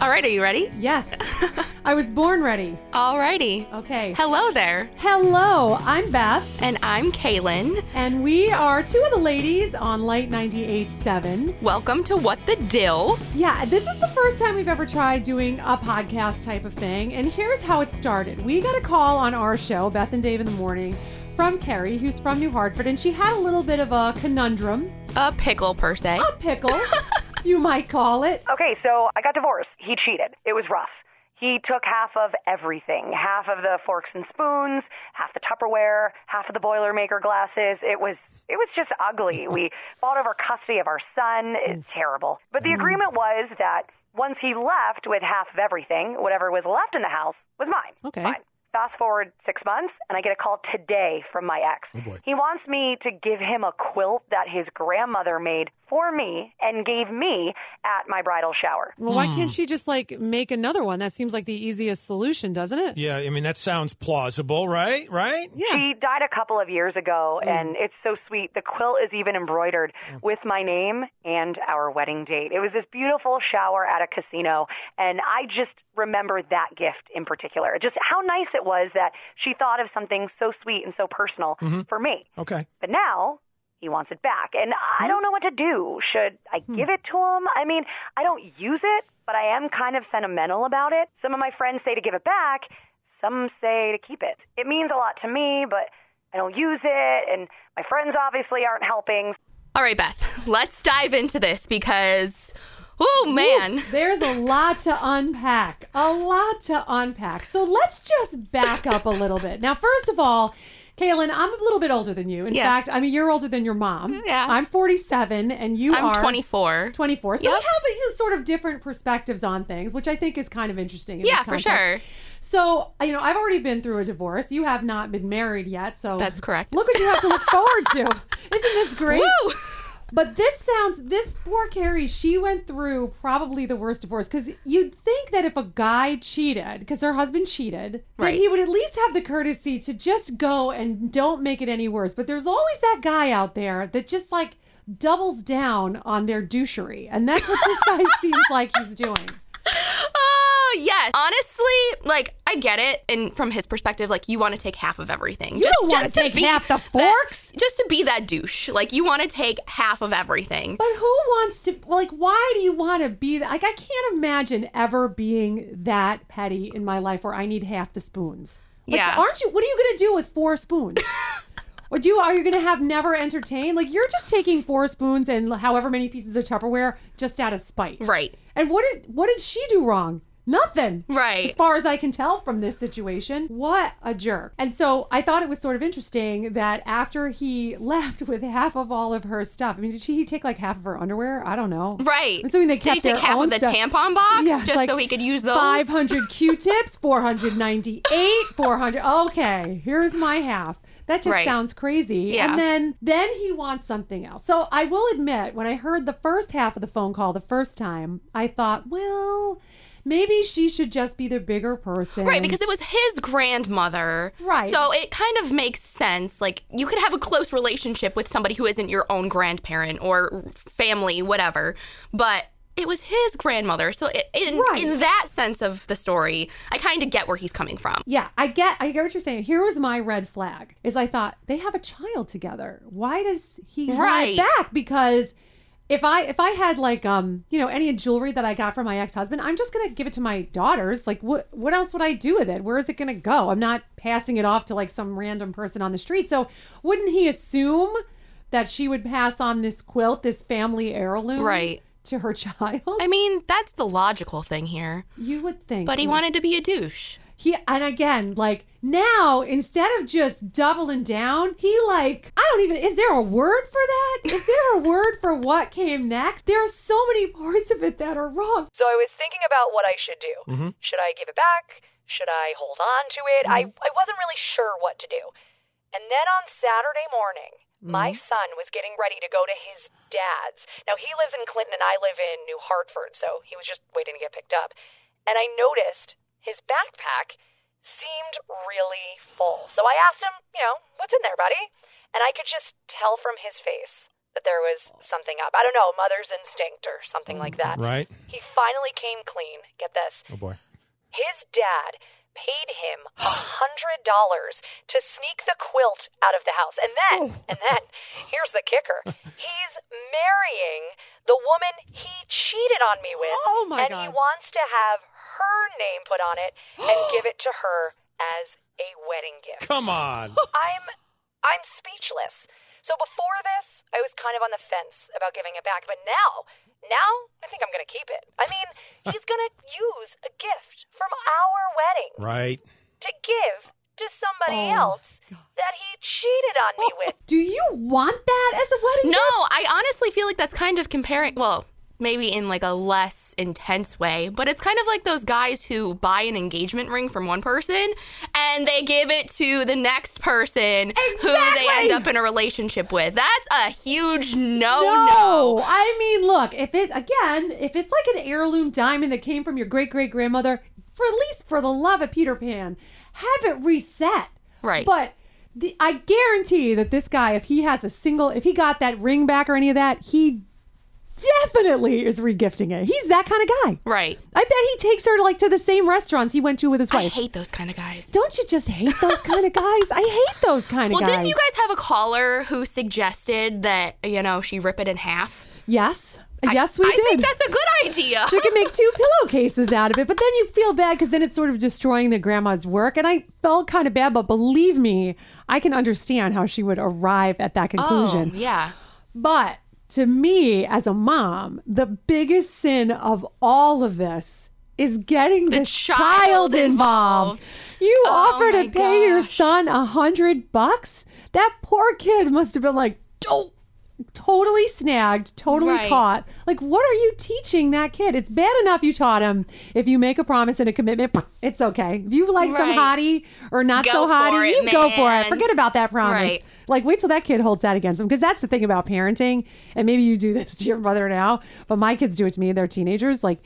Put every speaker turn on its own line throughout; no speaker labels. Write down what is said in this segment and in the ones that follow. All right, are you ready?
Yes. I was born ready.
All righty.
Okay.
Hello there.
Hello, I'm Beth,
And I'm Kaylin.
and we are two of the ladies on Light 98.7.
Welcome to What the Dill.
Yeah, this is the first time we've ever tried doing a podcast type of thing, and here's how it started. We got a call on our show, Beth and Dave in the Morning, from Carrie, who's from New Hartford, and she had a little bit of a conundrum,
A pickle, per se.
a pickle, you might call it.
Okay, so I got divorced. He cheated. It was rough. He took half of everything half of the forks and spoons, half the Tupperware, half of the Boilermaker glasses. It was. It was just ugly. We fought over custody of our son. It's terrible. But the agreement was that once he left with half of everything, whatever was left in the house was mine.
Okay.
Fine. Fast forward six months, and I get a call today from my ex.
boy.
He wants me to give him a quilt that his grandmother made for me and gave me at my bridal shower.
Well, why can't she just like make another one? That seems like the easiest solution, doesn't it?
Yeah, I mean that sounds plausible, right? Right?
She died a couple of years ago, and it's so sweet. The quilt is even embroidered with my name and our wedding date. It was this beautiful shower at a casino, and I just remember that gift in particular. Just how nice it was that she thought of something so sweet and so personal for me.
Okay.
But now he wants it back. And I don't know what to do. Should I give it to him? I mean, I don't use it, but I am kind of sentimental about it. Some of my friends say to give it back, some say to keep it. It means a lot to me, but I don't use it. And my friends obviously aren't helping.
All right, Beth, let's dive into this because, oh man.
There's a lot to unpack. A lot to unpack. So let's just back up a little bit. Now, first of all, Kaylin, I'm a little bit older than you. In
Yeah. Mm,
fact, I'm a year older than your mom.
Yeah.
I'm 47 and you
I'm
are
24.
24. So we
Yep.
have a, you know, sort of different perspectives on things, which I think is kind of interesting. in
Yeah,
this
for
context.
sure.
So, you know, I've already been through a divorce. You have not been married yet. So
That's correct.
Look what you have to look forward to. Isn't this great?
Woo!
But this sounds this poor Carrie. She went through probably the worst divorce because you'd think that if a guy cheated, because her husband cheated,
Right.
that he would at least have the courtesy to just go and don't make it any worse. But there's always that guy out there that just like doubles down on their douchery, and that's what this guy seems like he's doing.
Oh, yes. Honestly, like, I get it. And from his perspective, like, you want to take half of everything. You
don't wanna take half the forks?
just to be that douche. Like, you want to take half of everything.
But who wants to well, like why do you want to be that like I can't imagine ever being that petty in my life where I need half the spoons. Like,
Yeah.
Aren't you what are you gonna do with four spoons? or do you are you gonna have never entertained? Like you're just taking four spoons and however many pieces of Tupperware just out of spite.
Right.
And what did what did she do wrong? Nothing.
Right.
As far as I can tell from this situation. What a jerk. And so I thought it was sort of interesting that after he left with half of all of her stuff. I mean, did she he take like half of her underwear? I don't know.
Right.
I'm assuming they
Did
kept
he take
their
half
own
of the
stuff.
tampon box
Yeah,
just
like
so he could use those?
500 Q-tips, 498, 400. Okay, here's my half. That just
Right.
sounds crazy.
Yeah.
And then then he wants something else. So I will admit, when I heard the first half of the phone call the first time, I thought, well, maybe she should just be the bigger person.
Right, because it was his grandmother.
Mm. Right.
So it kind of makes sense. Like, you could have a close relationship with somebody who isn't your own grandparent or family, whatever. But it was his grandmother. So, it, in,
Right.
in that sense of the story, I kind of get where he's coming from.
Yeah, I get I get what you're saying. Here was my red flag. Is I thought they have a child together. Why does he want it
Right.
back? Because if I if I had like um you know any jewelry that I got from my ex husband, I'm just gonna give it to my daughters. Like what what else would I do with it? Where is it gonna go? I'm not passing it off to like some random person on the street. So wouldn't he assume that she would pass on this quilt, this family heirloom,
Right.
to her child?
I mean, that's the logical thing here.
you would think,
But he wanted to be a douche.
He and again, like now, instead of just doubling down, he like I don't even is there a word for that? Is there a word for what came next? There are so many parts of it that are wrong.
So I was thinking about what I should do. Should I give it back? Should I hold on to it? I, I wasn't really sure what to do. And then on Saturday morning, my son was getting ready to go to his dad's. Now, he lives in Clinton and I live in New Hartford, so he was just waiting to get picked up. And I noticed his backpack seemed really full. So I asked him, you know, what's in there, buddy? And I could just tell from his face that there was something up. I don't know, mother's instinct or something like that.
Mm-hmm. Right?
He finally came clean. Get this.
Oh boy.
His dad paid him a hundred dollars to sneak the quilt out of the house. And then
Oh.
and then here's the kicker. He's marrying the woman he cheated on me with.
Oh, my
and he
God.
wants to have her name put on it and give it to her as a wedding gift.
Come on.
I'm I'm speechless. So before this, I was kind of on the fence about giving it back, but now, now I think I'm going to keep it. I mean, he's going to use a gift from our wedding
right.
to give to somebody
Oh,
else that he cheated on me with.
Do you want that as a wedding?
No, I honestly feel like that's kind of comparing. Well, maybe in like a less intense way, but it's kind of like those guys who buy an engagement ring from one person and they give it to the next person who they end
Exactly.
up in a relationship with. That's a huge
No,
no Oh, no.
I mean, look, if it again, if it's like an heirloom diamond that came from your great great grandmother, for at least for the love of Peter Pan, have it reset.
Right.
But the, I guarantee that this guy, if he has a single, if he got that ring back or any of that, he definitely is regifting it. He's that kind of guy.
Right.
I bet he takes her to like to the same restaurants he went to with his
I
wife.
hate those kind of guys.
Don't you just hate those kind of guys? I hate those kind of
Well,
guys.
didn't you guys have a caller who suggested that, you know, she rip it in half?
Yes. Yes, we
I
did.
think that's a good idea.
you can make two pillowcases out of it. But then you feel bad because then it's sort of destroying the grandma's work. And I felt kind of bad, but believe me, I can understand how she would arrive at that
Oh,
conclusion.
yeah.
But to me, as a mom, the biggest sin of all of this is getting the
child
child involved. You
Oh
offer
my
to pay your
gosh.
son a hundred bucks. That poor kid must have been like, don't. Totally snagged, totally
Right.
caught. Like, what are you teaching that kid? It's bad enough you taught him. If you make a promise and a commitment, it's okay. If you like some
Right.
hottie or not
Go
so
for
hottie,
it,
you go for
man.
it. Forget about that promise.
Right.
Like, wait till that kid holds that against him. Because that's the thing about parenting. And maybe you do this to your brother now, but my kids do it to me. They're teenagers. Like,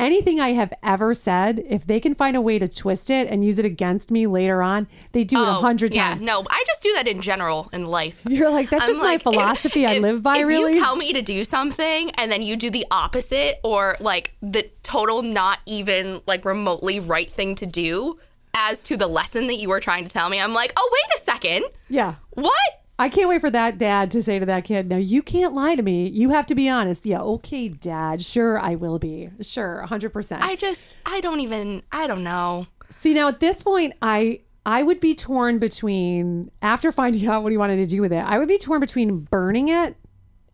anything I have ever said, if they can find a way to twist it and use it against me later on, they do it a
Oh,
hundred
yeah,
times.
No, I just do that in general in life.
You're like, that's just my philosophy I live by,
If
really.
you tell me to do something and then you do the opposite or like the total not even like remotely right thing to do as to the lesson that you were trying to tell me, I'm like, oh wait a second,
Yeah.
what?
I can't wait for that dad to say to that kid, now you can't lie to me. You have to be honest. Yeah, okay, dad. Sure, I will be. Sure, 100%.
I just, I don't even, I don't know.
See now at this point, I I would be torn between after finding out what he wanted to do with it. I would be torn between burning it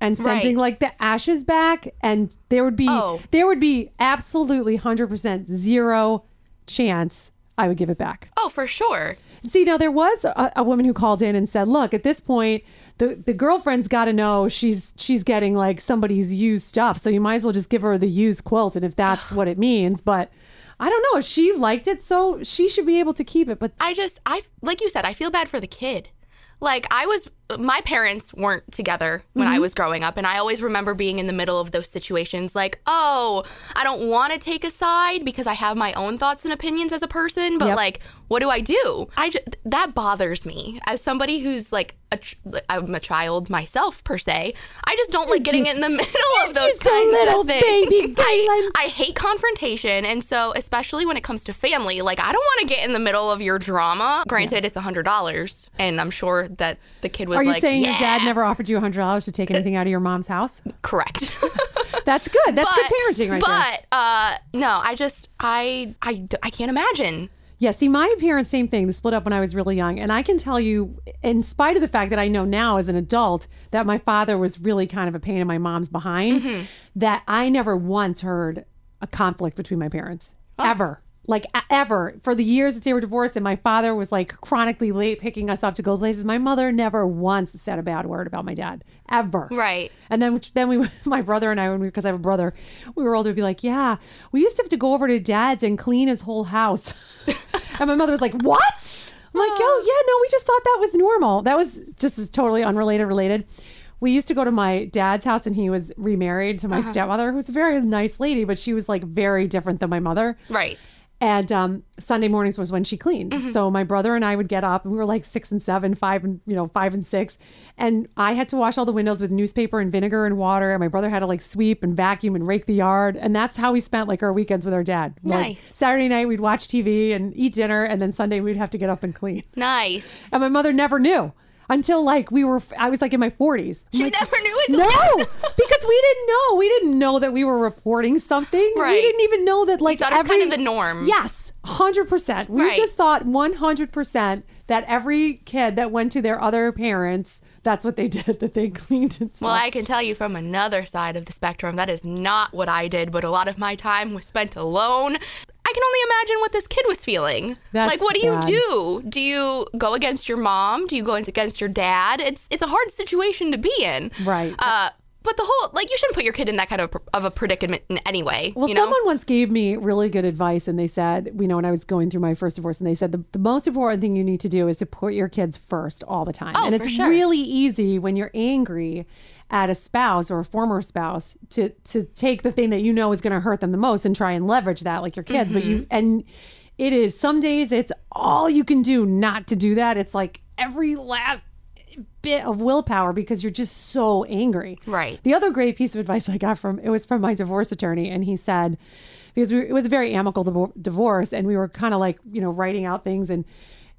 and sending
Right.
like the ashes back, and there would be
Oh.
there would be absolutely hundred percent zero chance I would give it back.
Oh, for sure.
See, now there was a, a woman who called in and said, "Look, at this point, the the girlfriend's got to know she's she's getting like somebody's used stuff, so you might as well just give her the used quilt, and if that's what it means." But I don't know. She liked it, so she should be able to keep it. But
I just I like you said, I feel bad for the kid. Like I was my parents weren't together when
Mm-hmm.
I was growing up and I always remember being in the middle of those situations like, "Oh, I don't want to take a side because I have my own thoughts and opinions as a person, but
Yep.
like what do I do?" I ju- that bothers me as somebody who's like a ch- I'm a child myself per se. I just don't like getting
just-
in the middle of those
just a
kinds
little
of things.
baby
I,
Galen.
I hate confrontation, and so especially when it comes to family, like I don't want to get in the middle of your drama. Granted, it's a hundred dollars, and I'm sure that the kid was
are you
like,
saying
yeah, Uh,
your dad never offered you hundred dollars to take anything out of your mom's house?
correct."
That's good. That's good parenting, right
but,
there.
uh, no, I just I, I d- I can't imagine.
Yeah, see, my parents, same thing. They split up when I was really young. And I can tell you, in spite of the fact that I know now as an adult that my father was really kind of a pain in my mom's behind, that I never once heard a conflict between my parents ever. Like, e- ever. For the years that they were divorced and my father was like chronically late picking us up to go places, my mother never once said a bad word about my dad, ever.
Right.
And then then we my brother and I when we because I have a brother, we were older would be like, "Yeah, we used to have to go over to dad's and clean his whole house." and my mother was like, "What?" I'm like, "Yo, yeah, no, we just thought that was normal. That was just as totally unrelated related." We used to go to my dad's house and he was remarried to my stepmother, who was a very nice lady, but she was like very different than my mother.
Right.
And um, Sunday mornings was when she cleaned. So my brother and I would get up, and we were like six and seven, five and you know five and six, and I had to wash all the windows with newspaper and vinegar and water, and my brother had to like sweep and vacuum and rake the yard, and that's how we spent like our weekends with our dad. Like,
Nice.
Saturday night we'd watch TV and eat dinner, and then Sunday we'd have to get up and clean.
Nice.
And my mother never knew until like we were, I was like in my 40s. I'm
She
like,
never knew it.
No, because we didn't know. We didn't know that we were reporting something. We
Right.
didn't even know that like
thought it was
every
kind of the norm.
Yes, hundred percent. We
Right.
just thought one hundred percent that every kid that went to their other parents, that's what they did. That they cleaned and stuff.
Well, I can tell you from another side of the spectrum, that is not what I did, but a lot of my time was spent alone. I can only imagine what this kid was feeling.
That's
like, what do you
bad.
do? Do you go against your mom? Do you go against your dad? It's it's a hard situation to be in.
Right.
Uh, but the whole like you shouldn't put your kid in that kind of of a predicament in any way.
Well,
you know?
someone once gave me really good advice, and they said, you know, when I was going through my first divorce, and they said the, the most important thing you need to do is to put your kids first all the time.
Oh,
and
for
it's
sure.
really easy when you're angry at a spouse or a former spouse to to take the thing that you know is going to hurt them the most and try and leverage that, like your kids. But
Mm-hmm.
you and it is some days it's all you can do not to do that. It's like every last bit of willpower because you're just so angry.
Right.
The other great piece of advice I got from it was from my divorce attorney, and he said because we, it was a very amicable divor- divorce, and we were kind of like you know writing out things and.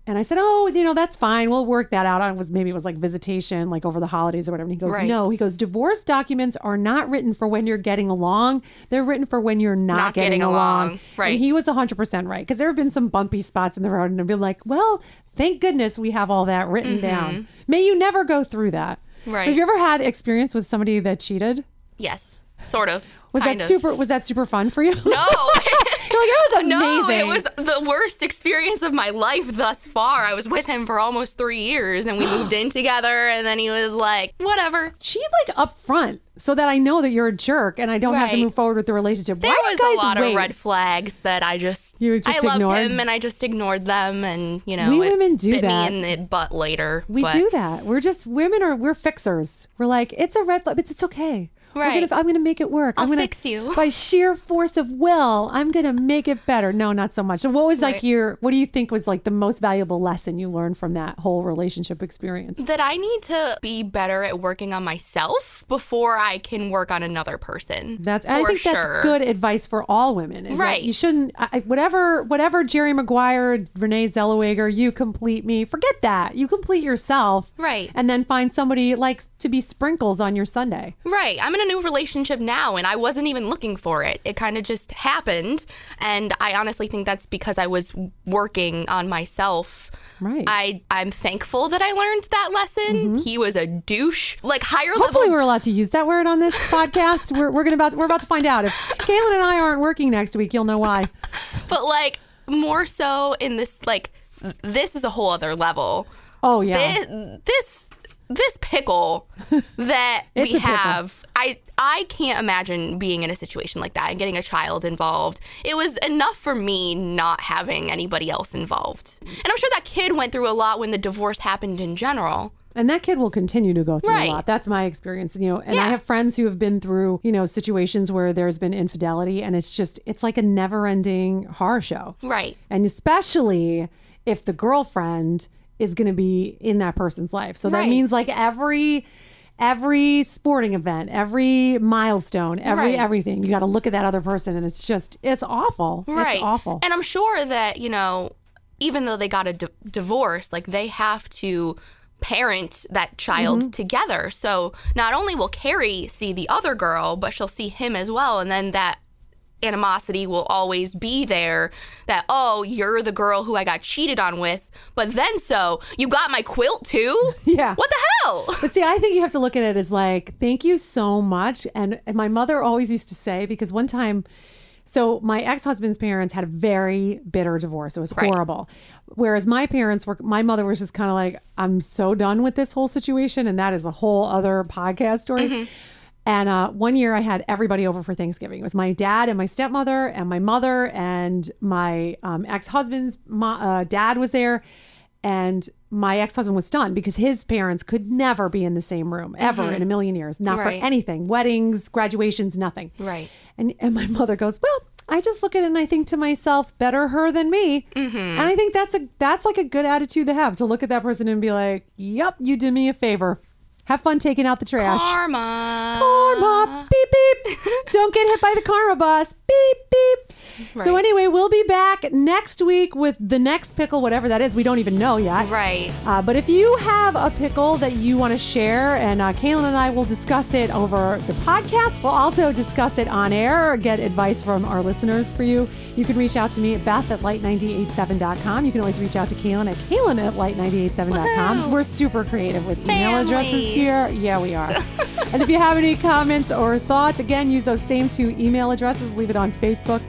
And I said, "Oh, you know, that's fine. We'll work that out." I was maybe it was like visitation, like over the holidays or whatever. And he goes,
Right.
"No." He goes, "Divorce documents are not written for when you're getting along. They're written for when you're not,
Not getting along. Right.
And he was 100% right because there have been some bumpy spots in the road, and I'd be like, well, thank goodness we have all that written down. May you never go through that.
Mm-hmm. Right.
Have you ever had experience with somebody that cheated?
yes, sort of.
Was
kind
that
of.
super? Was that super fun for you?
No.
You're like, that was
No,
amazing.
it was the worst experience of my life thus far. I was with him for almost three years and we moved in together, and then he was like, whatever.
Cheat like up front so that I know that you're a jerk and I don't have to
Right.
move forward with the relationship.
There
Why do
was
you
a
guys
lot
wait?
of red flags that I just,
You were just
I loved
ignored?
him and I just ignored them, and you know,
We
it
women do
bit
that.
me in the butt later.
We
but-
do that. We're just women are we're fixers. We're like it's a red flag, but it's okay. We're
Right.
gonna- I'm going to make it work. i am
I'll
gonna,
fix you.
by sheer force of will. I'm going to make it better. No, not so much. So what was like
Right.
your? What do you think was like the most valuable lesson you learned from that whole relationship experience?
That I need to be better at working on myself before I can work on another person.
That's
for
I think
sure.
that's good advice for all women. is that
Right.
You shouldn't I, I- whatever whatever Jerry Maguire, Renee Zellweger, you complete me. Forget that. You complete yourself.
Right.
And then find somebody like to be sprinkles on your Sunday.
Right. I'm in a new relationship now and I wasn't even looking for it. It kind of just happened. And I honestly think that's because I was working on myself.
Right. Mm-hmm.
I, I'm thankful that I learned that lesson. He was a douche. Like higher
Hopefully,
level
we're allowed to use that word on this podcast. We're, we're gonna about we're about to find out if Kaylin and I aren't working next week. You'll know why.
but like more so in this like
Uh-uh.
this is a whole other level.
Oh yeah,
Thi- this this pickle that
It's
we
a pickle.
have i i can't imagine being in a situation like that and getting a child involved it was enough for me not having anybody else involved and i'm sure that kid went through a lot when the divorce happened in general
and that kid will continue to go through
Right.
a lot. That's my experience. You know, and I
Yeah.
have friends who have been through you know situations where there's been infidelity, and it's just it's like a never ending horror show.
right
and especially if the girlfriend is going to be in that person's life. So that
Right.
means like every every sporting event, every milestone, every
Right.
everything, you got to look at that other person and it's just it's awful.
right
It's awful.
and i'm sure that you know even though they got a di- divorce like they have to parent that child
Mm-hmm.
together so not only will carrie see the other girl but she'll see him as well and then that animosity will always be there that oh you're the girl who i got cheated on with but then so you got my quilt too
Yeah.
what the hell
But see, I think you have to look at it as like, thank you so much. And, and my mother always used to say, because one time, so my ex husband's parents had a very bitter divorce. It was horrible. Whereas my parents were, my mother was just kind of like, I'm so done with this whole situation. And that is a whole other podcast story.
Mm-hmm.
And uh, one year I had everybody over for Thanksgiving. It was my dad and my stepmother and my mother and my um, ex husband's uh, dad was there. And my ex husband was stunned because his parents could never be in the same room ever in a million years, not
Mm-hmm. Right.
for anything weddings, graduations, nothing.
Right.
And, and my mother goes, Well, I I just look at it and I think to myself, better her than me. And I think that's a that's like a good attitude to have to look at that person and be like, "Yep, you did me a favor. Have fun taking out the trash."
Karma.
Karma, beep beep. Don't get hit by the karma bus. Beep beep. So
Right.
anyway, we'll be back next week with the next pickle, whatever that is. We don't even know yet.
Right.
Uh, but if you have a pickle that you want to share, and uh, Kaylin and I will discuss it over the podcast, we'll also discuss it on air, get advice from our listeners for you. You can reach out to me at Beth at light987.com. You can always reach out to Kaylin at Kaylin at light987.com.
Woohoo.
We're super creative with email addresses
Family.
here. Yeah, we are. and if you have any comments or thoughts, again, use those same two email addresses, leave it on Facebook.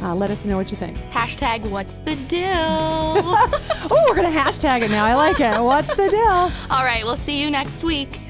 Uh, let us know what you think.
Hashtag what's the deal?
Oh, we're going to hashtag it now. I like it. What's the deal?
All right, we'll see you next week.